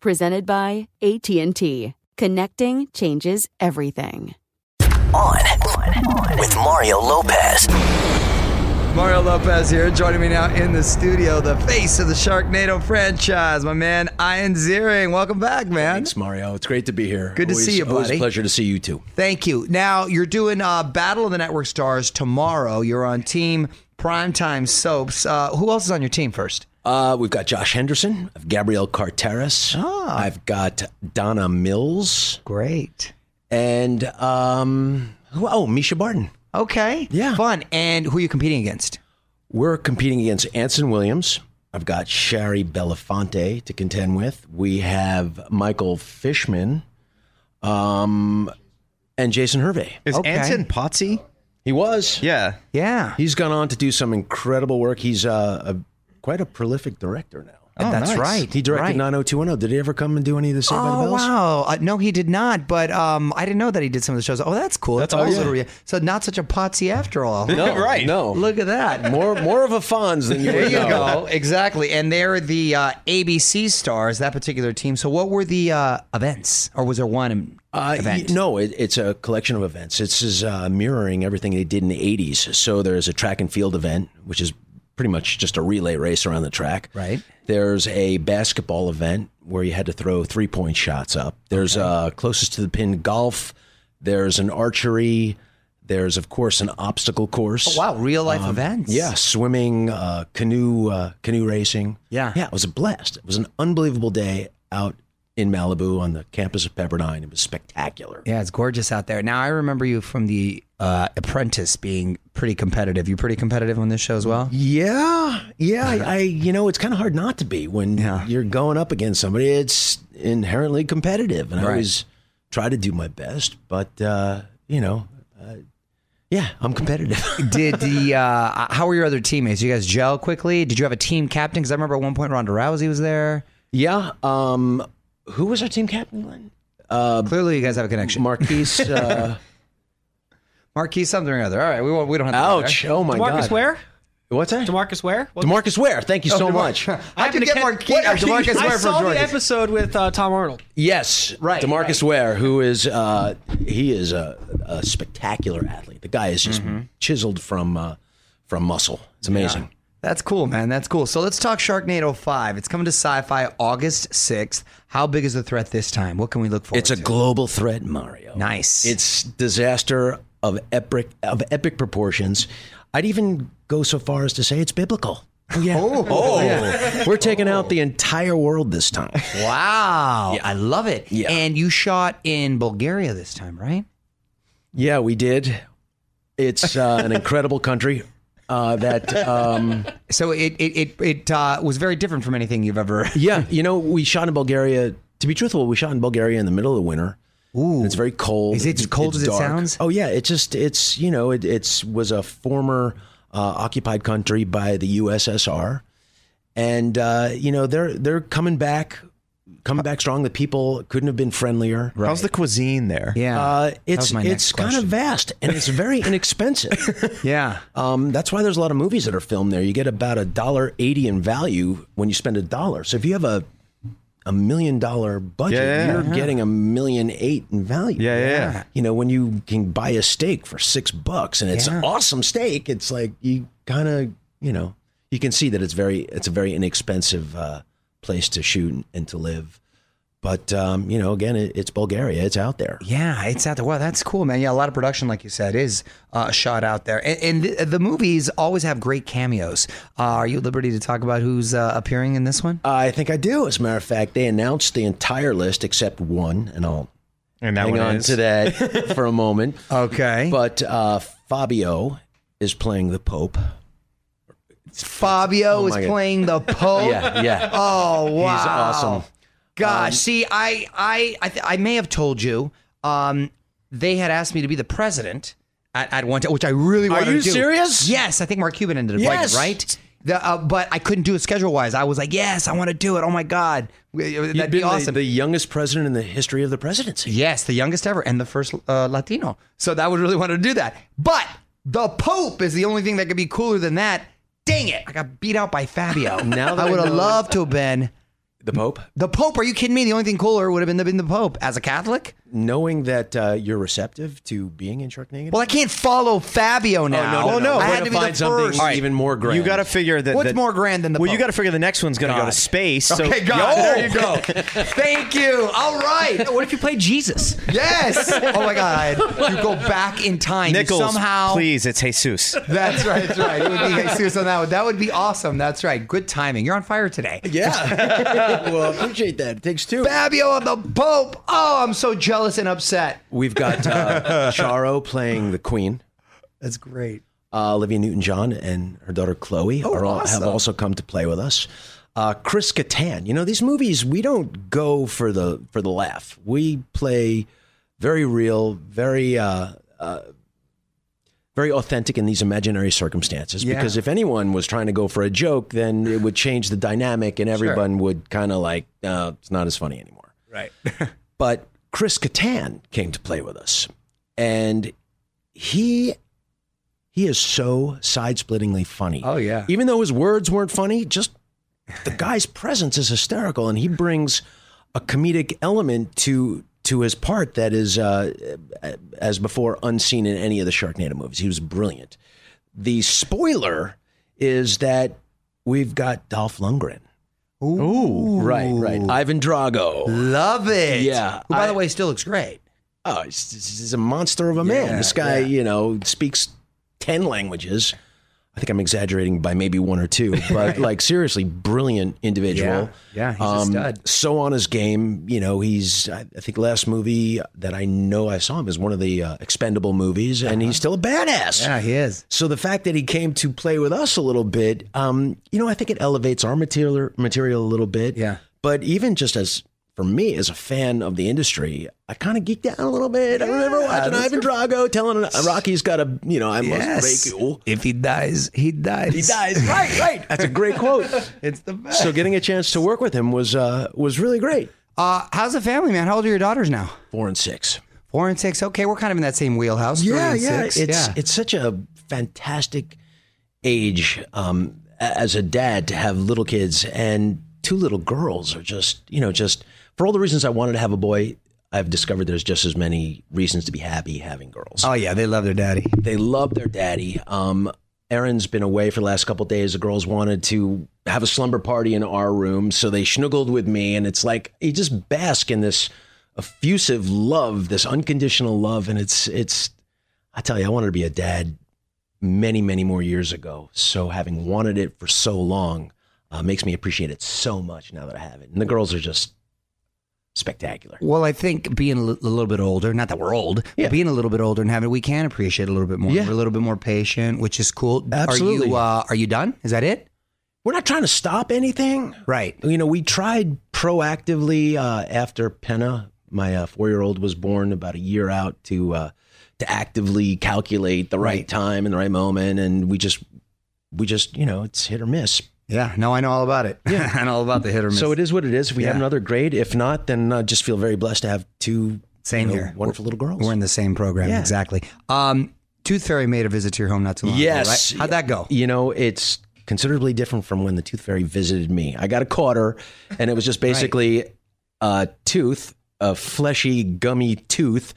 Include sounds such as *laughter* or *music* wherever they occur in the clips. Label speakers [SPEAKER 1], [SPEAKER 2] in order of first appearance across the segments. [SPEAKER 1] presented by AT&T. Connecting changes everything.
[SPEAKER 2] On with Mario Lopez.
[SPEAKER 3] Mario Lopez here, joining me now in the studio, the face of the Sharknado franchise, my man Ian Ziering. Welcome back, man.
[SPEAKER 4] Thanks, Mario. It's great to be here.
[SPEAKER 3] Good to
[SPEAKER 4] Always-
[SPEAKER 3] see you,
[SPEAKER 4] Always
[SPEAKER 3] buddy.
[SPEAKER 4] a pleasure to see you too.
[SPEAKER 3] Thank you. Now you're doing uh, Battle of the Network Stars tomorrow. You're on Team Primetime Soaps. Uh, who else is on your team first?
[SPEAKER 4] Uh, we've got Josh Henderson, I've Gabrielle Carteris,
[SPEAKER 3] Ah.
[SPEAKER 4] I've got Donna Mills,
[SPEAKER 3] Great.
[SPEAKER 4] and um, who, oh, Misha Barton.
[SPEAKER 3] Okay.
[SPEAKER 4] Yeah.
[SPEAKER 3] Fun. And who are you competing against?
[SPEAKER 4] We're competing against Anson Williams. I've got Shari Belafonte to contend with. We have Michael Fishman, um, and Jason Hervey.
[SPEAKER 5] Is
[SPEAKER 3] Okay.
[SPEAKER 5] Anton Potsy?
[SPEAKER 4] He was.
[SPEAKER 5] Yeah.
[SPEAKER 3] Yeah.
[SPEAKER 4] He's gone on to do some incredible work. He's uh, a, quite a prolific director now.
[SPEAKER 5] Oh,
[SPEAKER 3] That's
[SPEAKER 5] nice.
[SPEAKER 3] right.
[SPEAKER 4] He directed
[SPEAKER 3] Right.
[SPEAKER 4] 90210. Did he ever come and do any of the Saved by the
[SPEAKER 3] Oh
[SPEAKER 4] Bells?
[SPEAKER 3] wow! Uh, no, he did not. But um, I didn't know that he did some of the shows. Oh, that's cool. That's,
[SPEAKER 4] awesome.
[SPEAKER 3] also re- so not such a potsy after all.
[SPEAKER 4] *laughs*
[SPEAKER 3] *laughs*
[SPEAKER 4] No,
[SPEAKER 5] Right.
[SPEAKER 4] No.
[SPEAKER 3] Look at that.
[SPEAKER 4] more more of a Fonz than you
[SPEAKER 3] There
[SPEAKER 4] would
[SPEAKER 3] you
[SPEAKER 4] know. Uh,
[SPEAKER 3] go. Exactly. And they're the uh, ABC stars, that particular team. So what were the uh, events? Or was there one
[SPEAKER 4] Uh,
[SPEAKER 3] event?
[SPEAKER 4] y- no, it, it's a collection of events. It's is uh, mirroring everything they did in the 80s. So there's a track and field event, which is pretty much just a relay race around the track.
[SPEAKER 3] Right.
[SPEAKER 4] There's a basketball event where you had to throw three point shots up. There's uh, closest to the pin golf. There's an archery. There's of course an obstacle course.
[SPEAKER 3] Oh, Wow, Um, real life events.
[SPEAKER 4] Yeah, swimming, uh, canoe, uh, canoe racing.
[SPEAKER 3] Yeah.
[SPEAKER 4] yeah, it was a blast. It was an unbelievable day out in Malibu on the campus of Pepperdine. It was spectacular.
[SPEAKER 3] Yeah, it's gorgeous out there. Now I remember you from the uh, Apprentice being pretty competitive. You pretty competitive on this show as well?
[SPEAKER 4] Yeah, yeah. I, I you know, it's kind of hard not to be when
[SPEAKER 3] Yeah.
[SPEAKER 4] you're going up against somebody. It's inherently competitive, and I
[SPEAKER 3] Right.
[SPEAKER 4] always try to do my best. But uh, you know, uh, yeah, I'm competitive. *laughs*
[SPEAKER 3] Did the uh, *laughs* how were your other teammates? You guys gel quickly? Did you have a team captain? Because I remember at one point Ronda Rousey was there.
[SPEAKER 4] yeah. Um, who was our team captain? Glenn? Uh,
[SPEAKER 3] Clearly, you guys have a connection.
[SPEAKER 4] Marquise. Uh,
[SPEAKER 3] Marquis something or other. All right, we won't, we don't have. to go
[SPEAKER 4] *laughs* ouch!
[SPEAKER 3] there.
[SPEAKER 4] Oh my
[SPEAKER 6] Demarcus
[SPEAKER 4] god.
[SPEAKER 6] Ware?
[SPEAKER 4] What's that?
[SPEAKER 6] Demarcus Ware? What-
[SPEAKER 4] Demarcus Ware. Thank you so
[SPEAKER 7] *laughs*
[SPEAKER 4] much. *laughs*
[SPEAKER 3] How'd you
[SPEAKER 6] happened to
[SPEAKER 3] get
[SPEAKER 6] Ken-
[SPEAKER 3] Marquis?
[SPEAKER 6] What
[SPEAKER 3] uh,
[SPEAKER 6] are you-
[SPEAKER 3] Demarcus Ware
[SPEAKER 6] I saw
[SPEAKER 3] from
[SPEAKER 6] the
[SPEAKER 3] Georgia?
[SPEAKER 6] episode with uh, Tom Arnold.
[SPEAKER 4] Yes, right. Demarcus
[SPEAKER 6] right.
[SPEAKER 4] Ware, who is uh, he is a, a spectacular athlete. The guy is just chiseled from uh, from muscle. It's amazing.
[SPEAKER 3] That's cool, man. That's cool. So let's talk Sharknado 5. It's coming to sci fi August 6th. How big is the threat this time? What can we look for?
[SPEAKER 4] It's a global threat, Mario.
[SPEAKER 3] Nice.
[SPEAKER 4] It's disaster of epic of epic proportions. I'd even go so far as to say it's biblical. Oh yeah. Oh, we're taking out the entire world this time.
[SPEAKER 3] Wow. I love it.
[SPEAKER 4] Yeah.
[SPEAKER 3] And you shot in Bulgaria this time, right?
[SPEAKER 4] Yeah, we did. It's uh, an incredible country uh, that. Um,
[SPEAKER 3] So it it, it, it uh, was very different from anything you've
[SPEAKER 4] *laughs*
[SPEAKER 3] ever.
[SPEAKER 4] Yeah, you know, we shot in Bulgaria. To be truthful, we shot in Bulgaria in the middle of winter.
[SPEAKER 3] Ooh.
[SPEAKER 4] It's very cold.
[SPEAKER 3] Is it as cold
[SPEAKER 4] it's
[SPEAKER 3] as it
[SPEAKER 4] dark.
[SPEAKER 3] sounds?
[SPEAKER 4] Oh yeah, it just it's you know it it's was a former uh, occupied country by the USSR, and uh, you know they're they're coming back, coming back strong. The people couldn't have been friendlier.
[SPEAKER 5] How's the cuisine there?
[SPEAKER 3] Yeah.
[SPEAKER 4] Uh,
[SPEAKER 3] That
[SPEAKER 4] it's
[SPEAKER 3] was my next
[SPEAKER 4] it's kind
[SPEAKER 3] question.
[SPEAKER 4] of vast and it's
[SPEAKER 3] *laughs*
[SPEAKER 4] very inexpensive.
[SPEAKER 3] Uh, Yeah.
[SPEAKER 4] Um, that's why there's a lot of movies that are filmed there. You get about a dollar eighty in value when you spend a dollar. So if you have a a million dollar budget,
[SPEAKER 5] Yeah, yeah,
[SPEAKER 4] you're getting a million eight in value.
[SPEAKER 5] Yeah, yeah, yeah.
[SPEAKER 4] You know, when you can buy a steak for six bucks and it's an awesome steak, it's like you kind of, you know, you can see that it's very, it's a very inexpensive uh, place to shoot and, and to live. But um, you know, again, it, it's Bulgaria. It's out there.
[SPEAKER 3] Yeah, it's out there. Wow, that's cool, man. Yeah, a lot of production, like you said, is uh, shot out there. And, and the, the movies always have great cameos. Uh, are you at liberty to talk about who's uh, appearing in this one?
[SPEAKER 4] I think I do. As a matter of fact, they announced the entire list except one, and I'll
[SPEAKER 5] And that
[SPEAKER 4] hang
[SPEAKER 5] one
[SPEAKER 4] on
[SPEAKER 5] is.
[SPEAKER 3] *laughs*
[SPEAKER 4] to that for a moment.
[SPEAKER 3] Okay.
[SPEAKER 4] But uh, Fabio is playing the Pope.
[SPEAKER 3] Fabio
[SPEAKER 4] Oh
[SPEAKER 3] is
[SPEAKER 4] my God.
[SPEAKER 3] playing
[SPEAKER 4] *laughs*
[SPEAKER 3] the Pope.
[SPEAKER 4] Yeah, yeah.
[SPEAKER 3] Oh, wow.
[SPEAKER 4] He's um, awesome.
[SPEAKER 3] Gosh, see, I, I, I, th- I may have told you, um, they had asked me to be the president at, at one time, which I really wanted
[SPEAKER 4] you
[SPEAKER 3] to do.
[SPEAKER 4] serious?
[SPEAKER 3] Yes, I think Mark Cuban ended up
[SPEAKER 4] Yes.
[SPEAKER 3] like, right. The, uh, but I couldn't do it schedule wise. I was like, yes, I want to do it. Oh my god, W- that'd
[SPEAKER 4] You've
[SPEAKER 3] be
[SPEAKER 4] been the-
[SPEAKER 3] awesome.
[SPEAKER 4] The, youngest president in the history of the presidency.
[SPEAKER 3] Yes, the youngest ever and the first uh, Latino. So that would really want to do that. But the Pope is the only thing that could be cooler than that. Dang it. I got beat out by Fabio.
[SPEAKER 4] Now that
[SPEAKER 3] I
[SPEAKER 4] I
[SPEAKER 3] would have
[SPEAKER 4] know-
[SPEAKER 3] loved to have been
[SPEAKER 4] The Pope,
[SPEAKER 3] the Pope. Are you kidding me? The only thing cooler would have been the, been the Pope as a Catholic.
[SPEAKER 4] knowing that uh, you're receptive to being in Sharknado.
[SPEAKER 3] Well, I can't follow Fabio
[SPEAKER 4] Oh,
[SPEAKER 3] now.
[SPEAKER 5] no, no.
[SPEAKER 3] I
[SPEAKER 5] We're
[SPEAKER 3] had
[SPEAKER 5] gonna
[SPEAKER 3] to be the
[SPEAKER 4] find something
[SPEAKER 3] first.
[SPEAKER 4] All right. even more grand.
[SPEAKER 5] You got to figure that.
[SPEAKER 3] What's
[SPEAKER 5] that-
[SPEAKER 3] more grand than the
[SPEAKER 5] Well, you
[SPEAKER 3] Pope?
[SPEAKER 5] got to figure the next one's going to go to
[SPEAKER 3] God.
[SPEAKER 5] space. So
[SPEAKER 3] Okay, God,
[SPEAKER 5] Yo!
[SPEAKER 3] there you
[SPEAKER 5] *laughs*
[SPEAKER 3] go. Thank you. All right.
[SPEAKER 8] What if you play Jesus?
[SPEAKER 3] Yes. Oh my God. You go back in time. You
[SPEAKER 5] Nichols,
[SPEAKER 3] somehow.
[SPEAKER 5] please, it's Jesus.
[SPEAKER 3] That's right. That's right. It would be Jesus on that one. That would be awesome. That's right. Good timing. You're on fire today.
[SPEAKER 5] *laughs*
[SPEAKER 4] yeah. well, I appreciate that. It takes two.
[SPEAKER 3] Fabio and the Pope. Oh, I'm so jealous and upset.
[SPEAKER 4] We've got
[SPEAKER 3] *laughs*
[SPEAKER 4] uh, Charo playing the Queen.
[SPEAKER 3] That's great.
[SPEAKER 4] Uh, Olivia Newton-John and her daughter Chloe are all, have also come to play with us. Uh, Chris Kattan, you know these movies we don't go for the for the laugh. We play very real, very uh, uh, very authentic in these imaginary circumstances.
[SPEAKER 3] Yeah.
[SPEAKER 4] Because if anyone was trying to go for a joke, then it would change the dynamic, and everyone would kind of like, uh, it's not as funny anymore. But Chris Kattan came to play with us, and he he is so side-splittingly funny.
[SPEAKER 3] Oh, yeah.
[SPEAKER 4] Even though his words weren't funny, just the guy's presence is hysterical, and he brings a comedic element to to his part that is uh, as before unseen in any of the Sharknado movies. He was brilliant. The spoiler is that we've got Dolph Lundgren.
[SPEAKER 3] Ooh.
[SPEAKER 4] Right, right. Ivan Drago.
[SPEAKER 3] Love it.
[SPEAKER 4] Yeah,
[SPEAKER 3] Who, by
[SPEAKER 4] I-
[SPEAKER 3] the way, still looks great.
[SPEAKER 4] oh, he's, he's a monster of a man.
[SPEAKER 3] Yeah,
[SPEAKER 4] this guy,
[SPEAKER 3] yeah.
[SPEAKER 4] you know, speaks 10 languages. I think I'm exaggerating by maybe one
[SPEAKER 3] *laughs*
[SPEAKER 4] or two, but like seriously, brilliant individual. Um,
[SPEAKER 3] Yeah, yeah, he's a stud.
[SPEAKER 4] So on his game, you know, he's, I, I think last movie that I know I saw him is one of the uh, expendable movies, and
[SPEAKER 3] Uh-huh.
[SPEAKER 4] he's still a badass.
[SPEAKER 3] he is.
[SPEAKER 4] So the fact that he came to play with us a little bit, um, you know, I think it elevates our material material a little bit.
[SPEAKER 3] Yeah.
[SPEAKER 4] But even just as for me as a fan of the industry, I kind of geeked out a little bit. I remember watching
[SPEAKER 3] those
[SPEAKER 4] Ivan Drago telling uh, Rocky's got a, you know, I must
[SPEAKER 3] Yes.
[SPEAKER 4] break you. Oh,
[SPEAKER 3] If he dies, he dies.
[SPEAKER 4] He dies. right, right. That's a great quote.
[SPEAKER 3] It's the best.
[SPEAKER 4] so getting a chance to work with him was uh, was really great.
[SPEAKER 3] uh, how's the family, man? How old are your daughters now?
[SPEAKER 4] Four and six.
[SPEAKER 3] Four and six. Okay, we're kind of in that same wheelhouse. three and six.
[SPEAKER 4] It's
[SPEAKER 3] yeah.
[SPEAKER 4] it's such a fantastic age um, a- as a dad to have little kids and two little girls are just you know just for all the reasons I wanted to have a boy. I've discovered there's just as many reasons to be happy having girls.
[SPEAKER 3] oh yeah, they love their daddy.
[SPEAKER 4] They love their daddy. Um, Aaron's been away for the last couple days. The girls wanted to have a slumber party in our room, so they snuggled with me, and it's like you just bask in this effusive love, this unconditional love, and it's it's. I tell you, I wanted to be a dad many, many more years ago. So having wanted it for so long uh, makes me appreciate it so much now that I have it, and the girls are just spectacular.
[SPEAKER 3] Well, I think being a li- a little bit older, not that we're old,
[SPEAKER 4] Yeah.
[SPEAKER 3] but being a little bit older and having, we can appreciate a little bit more.
[SPEAKER 4] Yeah.
[SPEAKER 3] We're a little bit more patient, which is cool. Are
[SPEAKER 4] Absolutely.
[SPEAKER 3] you, uh, are you done? Is that it?
[SPEAKER 4] We're not trying to stop anything.
[SPEAKER 3] Right.
[SPEAKER 4] You know, we tried proactively uh, after Penna, my uh, four-year-old, was born about a year out to uh, to actively calculate the right,
[SPEAKER 3] Right.
[SPEAKER 4] time and the right moment, and we just we just you know it's hit or miss.
[SPEAKER 3] Yeah, no, I know all about it. Yeah, *laughs* I know all about the hit or miss.
[SPEAKER 4] So it is what it is. If we have
[SPEAKER 3] Yeah.
[SPEAKER 4] another grade, if not, then uh, just feel very blessed to have two
[SPEAKER 3] Same
[SPEAKER 4] you know,
[SPEAKER 3] here.
[SPEAKER 4] wonderful little girls.
[SPEAKER 3] We're in the same program,
[SPEAKER 4] Yeah.
[SPEAKER 3] exactly. Um, Tooth Fairy made a visit to your home not too long ago,
[SPEAKER 4] Yes.
[SPEAKER 3] right? How'd that go?
[SPEAKER 4] You know, it's considerably different from when the tooth fairy visited me. I got a quarter, and it
[SPEAKER 3] *laughs*
[SPEAKER 4] was just basically a tooth, a fleshy, gummy tooth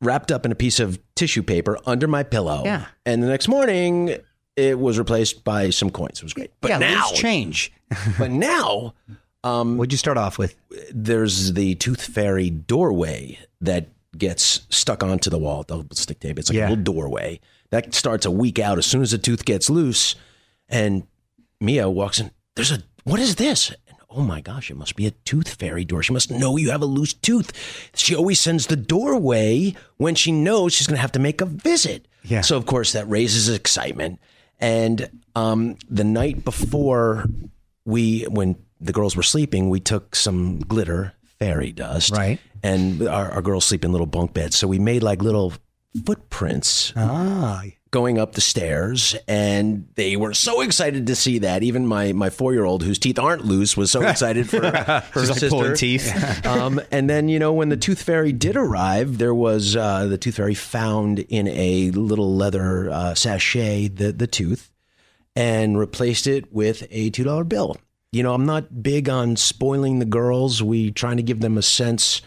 [SPEAKER 4] wrapped up in a piece of tissue paper under my pillow.
[SPEAKER 3] Yeah.
[SPEAKER 4] And the next morning, it was replaced by some coins. It was great. But
[SPEAKER 3] yeah,
[SPEAKER 4] now,
[SPEAKER 3] loose change.
[SPEAKER 4] but now, um,
[SPEAKER 3] What'd you start off with?
[SPEAKER 4] there's the tooth fairy doorway that gets stuck onto the wall double stick tape it's like
[SPEAKER 3] Yeah.
[SPEAKER 4] a little doorway that starts a week out as soon as the tooth gets loose and mia walks in there's a what is this and oh my gosh it must be a tooth fairy door she must know you have a loose tooth she always sends the doorway when she knows she's going to have to make a visit
[SPEAKER 3] Yeah.
[SPEAKER 4] so of course that raises excitement and um, the night before we when the girls were sleeping, we took some glitter fairy dust.
[SPEAKER 3] Right.
[SPEAKER 4] And our, our girls sleep in little bunk beds. So we made like little footprints
[SPEAKER 3] Ah,
[SPEAKER 4] going up the stairs and they were so excited to see that. Even my my four year old whose teeth aren't loose
[SPEAKER 5] *laughs*
[SPEAKER 4] was so excited for her
[SPEAKER 5] She's all
[SPEAKER 4] sister.
[SPEAKER 5] pulling
[SPEAKER 4] *laughs*
[SPEAKER 5] teeth.
[SPEAKER 4] um, and then you know when the tooth fairy did arrive, there was uh, the tooth fairy found in a little leather uh, sachet the the tooth and replaced it with a two dollar bill. You know, I'm not big on spoiling the girls. We trying to give them a sense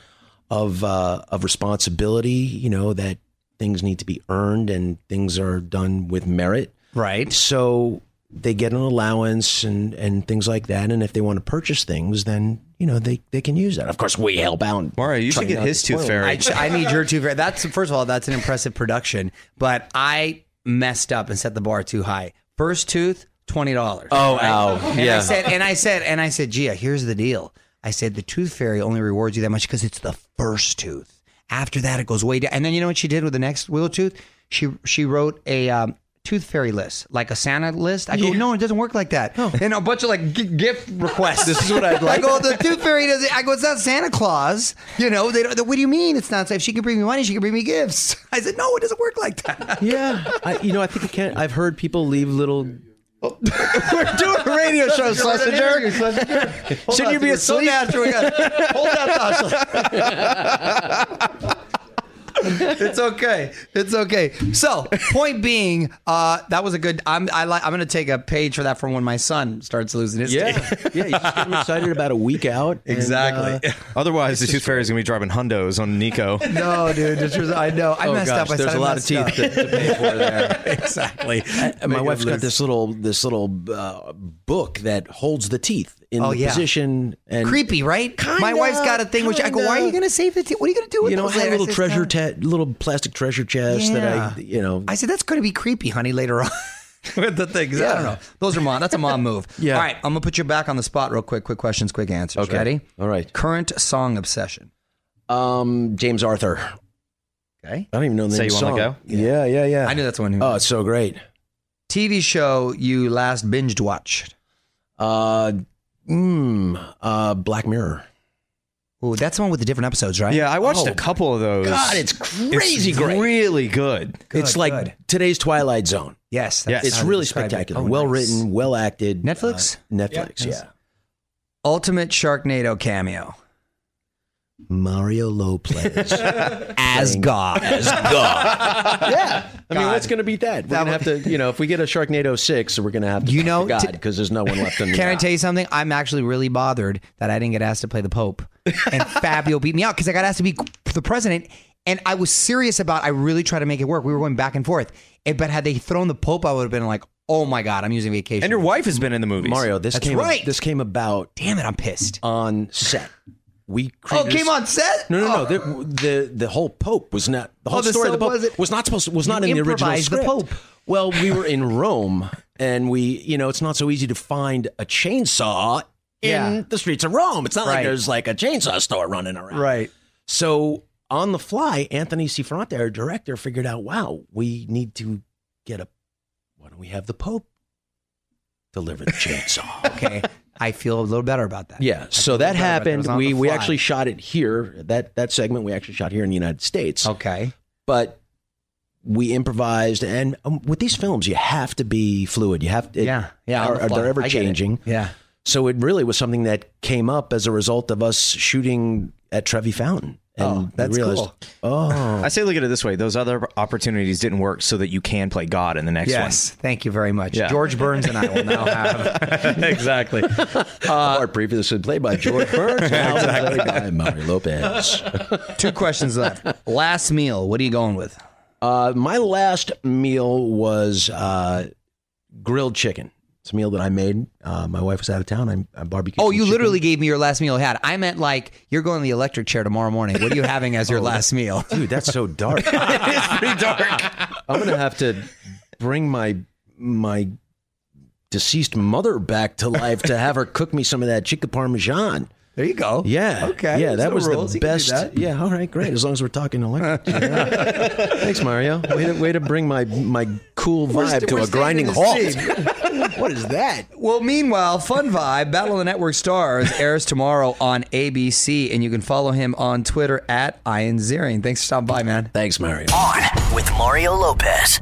[SPEAKER 4] of uh, of responsibility. You know that things need to be earned and things are done with merit.
[SPEAKER 3] right.
[SPEAKER 4] So they get an allowance and, and things like that. And if they want to purchase things, then, you know, they, they can use that. Of course, we help out. and
[SPEAKER 5] Mario, you
[SPEAKER 4] try
[SPEAKER 5] should get
[SPEAKER 4] not
[SPEAKER 5] his
[SPEAKER 4] to
[SPEAKER 5] tooth
[SPEAKER 4] spoil it.
[SPEAKER 5] fairy.
[SPEAKER 3] I, I need your two. fair- That's first of all, that's an impressive production, but I messed up and set the bar too high. First tooth, twenty dollars.
[SPEAKER 4] Oh, ow.
[SPEAKER 3] And I
[SPEAKER 4] Yeah.
[SPEAKER 3] said, and I said, and I said, Gia, here's the deal. I said the tooth fairy only rewards you that much because it's the first tooth. After that, it goes way down. And then you know what she did with the next willow tooth? She she wrote a um, tooth fairy list, like a Santa list. I go, no, it doesn't work like that. And a bunch of like g- gift requests. Oh. this is what I'd like. *laughs* I go, the tooth fairy doesn't. I go, it's not Santa Claus. You know, they don't. What do you mean it's not? If she can bring me money, she can bring me gifts. *laughs* I said, no, it doesn't work like that.
[SPEAKER 4] Yeah. I, you know, I think it can. I've heard people leave little.
[SPEAKER 3] *laughs* We're doing a radio *laughs* show, Schlesinger. Shouldn't you be asleep? So natural. We *laughs* got- Hold that thought. *laughs* it's okay. It's okay. So, point being, uh, that was a good. I'm. I like. I'm going to take a page for that from when my son starts losing his *laughs* teeth.
[SPEAKER 4] yeah. You just get 'em excited about a week out. and, uh,
[SPEAKER 3] *laughs*
[SPEAKER 5] Otherwise, the tooth fairy is going to be driving hundos on Nico.
[SPEAKER 3] no, Oh, dude. This was, I know. I
[SPEAKER 4] oh,
[SPEAKER 3] messed
[SPEAKER 4] gosh.
[SPEAKER 3] up. I
[SPEAKER 4] there's
[SPEAKER 3] said I
[SPEAKER 4] a lot of
[SPEAKER 3] messed
[SPEAKER 4] teeth
[SPEAKER 3] up.
[SPEAKER 4] to, to pay for there.
[SPEAKER 3] exactly.
[SPEAKER 4] And my wife's got this little this little uh, book that holds the teeth in
[SPEAKER 3] Oh,
[SPEAKER 4] the
[SPEAKER 3] yeah.
[SPEAKER 4] position and
[SPEAKER 3] creepy, right? my
[SPEAKER 4] Kinda,
[SPEAKER 3] wife's got a thing which I go. Why are you
[SPEAKER 4] kinda.
[SPEAKER 3] going to save the teeth? What are you going to do with
[SPEAKER 4] you know, I
[SPEAKER 3] those
[SPEAKER 4] had
[SPEAKER 3] later?"
[SPEAKER 4] a little
[SPEAKER 3] I said,
[SPEAKER 4] treasure,
[SPEAKER 3] "No."
[SPEAKER 4] te- little plastic treasure chest that I,
[SPEAKER 3] Yeah.
[SPEAKER 4] you know,
[SPEAKER 3] I said that's going to be creepy, honey. Later on *laughs* with the things. I don't know. Those are mom. That's a mom move.
[SPEAKER 4] Yeah.
[SPEAKER 3] All right, I'm gonna put you back on the spot real quick. Quick questions, quick answers.
[SPEAKER 4] Okay.
[SPEAKER 3] Ready?
[SPEAKER 4] All right.
[SPEAKER 3] Current song obsession.
[SPEAKER 4] Um, James Arthur.
[SPEAKER 3] Okay.
[SPEAKER 4] I don't even know the
[SPEAKER 5] Say
[SPEAKER 4] name
[SPEAKER 5] You
[SPEAKER 4] of the
[SPEAKER 5] Wanna
[SPEAKER 4] song.
[SPEAKER 5] Go?
[SPEAKER 4] Yeah, yeah, yeah.
[SPEAKER 3] I knew that's the one. Who
[SPEAKER 4] Oh, it's so great.
[SPEAKER 3] TV show you last binged watched.
[SPEAKER 4] Uh, mm, uh, Black Mirror.
[SPEAKER 3] Ooh, that's the one with the different episodes, right?
[SPEAKER 5] Yeah, I watched
[SPEAKER 3] Oh,
[SPEAKER 5] a couple of those.
[SPEAKER 4] God, it's crazy
[SPEAKER 5] it's
[SPEAKER 4] great.
[SPEAKER 5] Really good.
[SPEAKER 3] good,
[SPEAKER 4] it's like
[SPEAKER 3] good.
[SPEAKER 4] today's Twilight Zone.
[SPEAKER 3] yes,
[SPEAKER 5] Yes.
[SPEAKER 3] that's
[SPEAKER 4] It's
[SPEAKER 3] how they
[SPEAKER 4] really
[SPEAKER 3] describe it.
[SPEAKER 4] spectacular.
[SPEAKER 3] Oh,
[SPEAKER 4] well
[SPEAKER 3] nice.
[SPEAKER 4] written, well acted.
[SPEAKER 3] Netflix?
[SPEAKER 4] Uh, Netflix, yeah.
[SPEAKER 3] Ultimate Sharknado cameo
[SPEAKER 4] Mario Lopez.
[SPEAKER 3] *laughs* as God.
[SPEAKER 4] yeah. I mean,
[SPEAKER 3] God.
[SPEAKER 4] what's going to beat that? We're going to have
[SPEAKER 3] *laughs*
[SPEAKER 4] to, you know, if we get a Sharknado 6, we're going to have to
[SPEAKER 3] You
[SPEAKER 4] pray to
[SPEAKER 3] know,
[SPEAKER 4] God
[SPEAKER 3] t-
[SPEAKER 4] because there's no one left in the
[SPEAKER 3] Can I tell you something? I'm actually really bothered that I didn't get asked to play the Pope, and Fabio beat me out because I got asked to be the president, and I was serious about. I really tried to make it work. We were going back and forth, and, but had they thrown the Pope, I would have been like, "Oh my God, I'm using vacation."
[SPEAKER 5] And your wife has been in the movies.
[SPEAKER 4] Mario, this
[SPEAKER 3] That's
[SPEAKER 4] came
[SPEAKER 3] right.
[SPEAKER 4] this came about
[SPEAKER 3] damn it, I'm
[SPEAKER 4] Oh,
[SPEAKER 3] pissed.
[SPEAKER 4] on set. We
[SPEAKER 3] Oh,
[SPEAKER 4] created
[SPEAKER 3] it came
[SPEAKER 4] this-
[SPEAKER 3] on set.
[SPEAKER 4] No, no, no.
[SPEAKER 3] Oh. *laughs*
[SPEAKER 4] The, the the whole Pope was not the whole
[SPEAKER 3] the
[SPEAKER 4] story
[SPEAKER 3] so
[SPEAKER 4] of the Pope
[SPEAKER 3] was
[SPEAKER 4] was,
[SPEAKER 3] it-
[SPEAKER 4] not supposed to, was not
[SPEAKER 3] You
[SPEAKER 4] in the original
[SPEAKER 3] improvised the
[SPEAKER 4] script.
[SPEAKER 3] Pope.
[SPEAKER 4] Well, we
[SPEAKER 3] *laughs*
[SPEAKER 4] were in Rome, and we you know it's not so easy to find a chainsaw in
[SPEAKER 3] Yeah.
[SPEAKER 4] the streets of Rome. It's not
[SPEAKER 3] Right.
[SPEAKER 4] like there's like a chainsaw store running around.
[SPEAKER 3] Right.
[SPEAKER 4] So on the fly, Anthony Cifrante, our director, figured out, wow, we need to get a. Why don't we have the Pope
[SPEAKER 3] *laughs*
[SPEAKER 4] deliver the chainsaw?
[SPEAKER 3] Okay, I feel a little better about that.
[SPEAKER 4] Oh. Yeah,
[SPEAKER 3] I
[SPEAKER 4] so
[SPEAKER 3] feel
[SPEAKER 4] that
[SPEAKER 3] better about It was
[SPEAKER 4] happened.
[SPEAKER 3] on
[SPEAKER 4] We
[SPEAKER 3] the
[SPEAKER 4] we
[SPEAKER 3] fly.
[SPEAKER 4] actually shot it here. That that segment we actually shot here in the United States.
[SPEAKER 3] okay.
[SPEAKER 4] But we improvised, and um, with these films, you have to be fluid. You have to,
[SPEAKER 3] Yeah, yeah, on
[SPEAKER 4] are,
[SPEAKER 3] the
[SPEAKER 4] are-
[SPEAKER 3] fly.
[SPEAKER 4] they're ever
[SPEAKER 3] I get it.
[SPEAKER 4] changing.
[SPEAKER 3] Yeah.
[SPEAKER 4] So it really was something that came up as a result of us shooting at Trevi Fountain.
[SPEAKER 5] Oh,
[SPEAKER 4] we
[SPEAKER 5] that's
[SPEAKER 4] realized,
[SPEAKER 5] cool.
[SPEAKER 4] Oh,
[SPEAKER 5] I say look at it this way: those other opportunities didn't work, so that you can play God in the next
[SPEAKER 3] yes. Thank you very much.
[SPEAKER 5] Yeah.
[SPEAKER 3] George Burns and I will now have.
[SPEAKER 5] one. *laughs* *laughs* exactly.
[SPEAKER 3] Uh,
[SPEAKER 4] Our previously played by George
[SPEAKER 3] *laughs*
[SPEAKER 4] Burns, now played by Mario Lopez.
[SPEAKER 3] Two questions left. Last meal. What are you going with?
[SPEAKER 4] Uh, my last meal was uh, grilled chicken. It's a meal that I made. Uh, my wife was out of town. I, I barbecued.
[SPEAKER 3] Oh,
[SPEAKER 4] some
[SPEAKER 3] you
[SPEAKER 4] chicken. *laughs*
[SPEAKER 3] literally gave me your last meal I had. I meant like you're going to the electric chair tomorrow morning. What are you having *laughs* as your last meal?
[SPEAKER 4] dude. That's so dark. *laughs* it is pretty dark. I'm gonna have to bring my my deceased mother back to life to have her cook me some of that chicken parmesan.
[SPEAKER 3] There you go.
[SPEAKER 4] Yeah.
[SPEAKER 3] Okay.
[SPEAKER 4] Yeah,
[SPEAKER 3] There's
[SPEAKER 4] that
[SPEAKER 3] no
[SPEAKER 4] was
[SPEAKER 3] rules.
[SPEAKER 4] the
[SPEAKER 3] You can do
[SPEAKER 4] best.
[SPEAKER 3] that.
[SPEAKER 4] Yeah. All right. Great. As long as we're talking
[SPEAKER 3] *laughs*
[SPEAKER 4] electric. Thanks, Mario. Way to way to bring my my cool vibe
[SPEAKER 3] st-
[SPEAKER 4] to
[SPEAKER 3] we're
[SPEAKER 4] a grinding halt.
[SPEAKER 3] staying
[SPEAKER 4] *laughs* what is that?
[SPEAKER 3] Well, meanwhile, Fun Vibe, Battle of the Network Stars, *laughs* airs tomorrow on ABC, and you can follow him on Twitter at Ian Ziering. Thanks for stopping by, man.
[SPEAKER 4] Thanks, Mario.
[SPEAKER 2] On with Mario Lopez.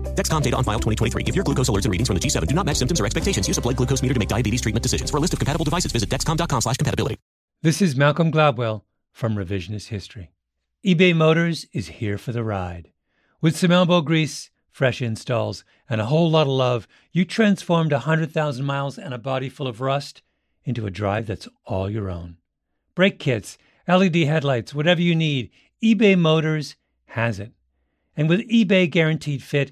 [SPEAKER 9] Dexcom data on file 2023. If your glucose alerts and readings from the G7 do not match symptoms or expectations, use a blood glucose meter to make diabetes treatment decisions. For a list of compatible devices, visit dexcom.com slash compatibility.
[SPEAKER 7] This is Malcolm Gladwell from Revisionist History. eBay Motors is here for the ride. With some elbow grease, fresh installs, and a whole lot of love, you transformed 100,000 miles and a body full of rust into a drive that's all your own. Brake kits, LED headlights, whatever you need, eBay Motors has it. And with eBay Guaranteed Fit,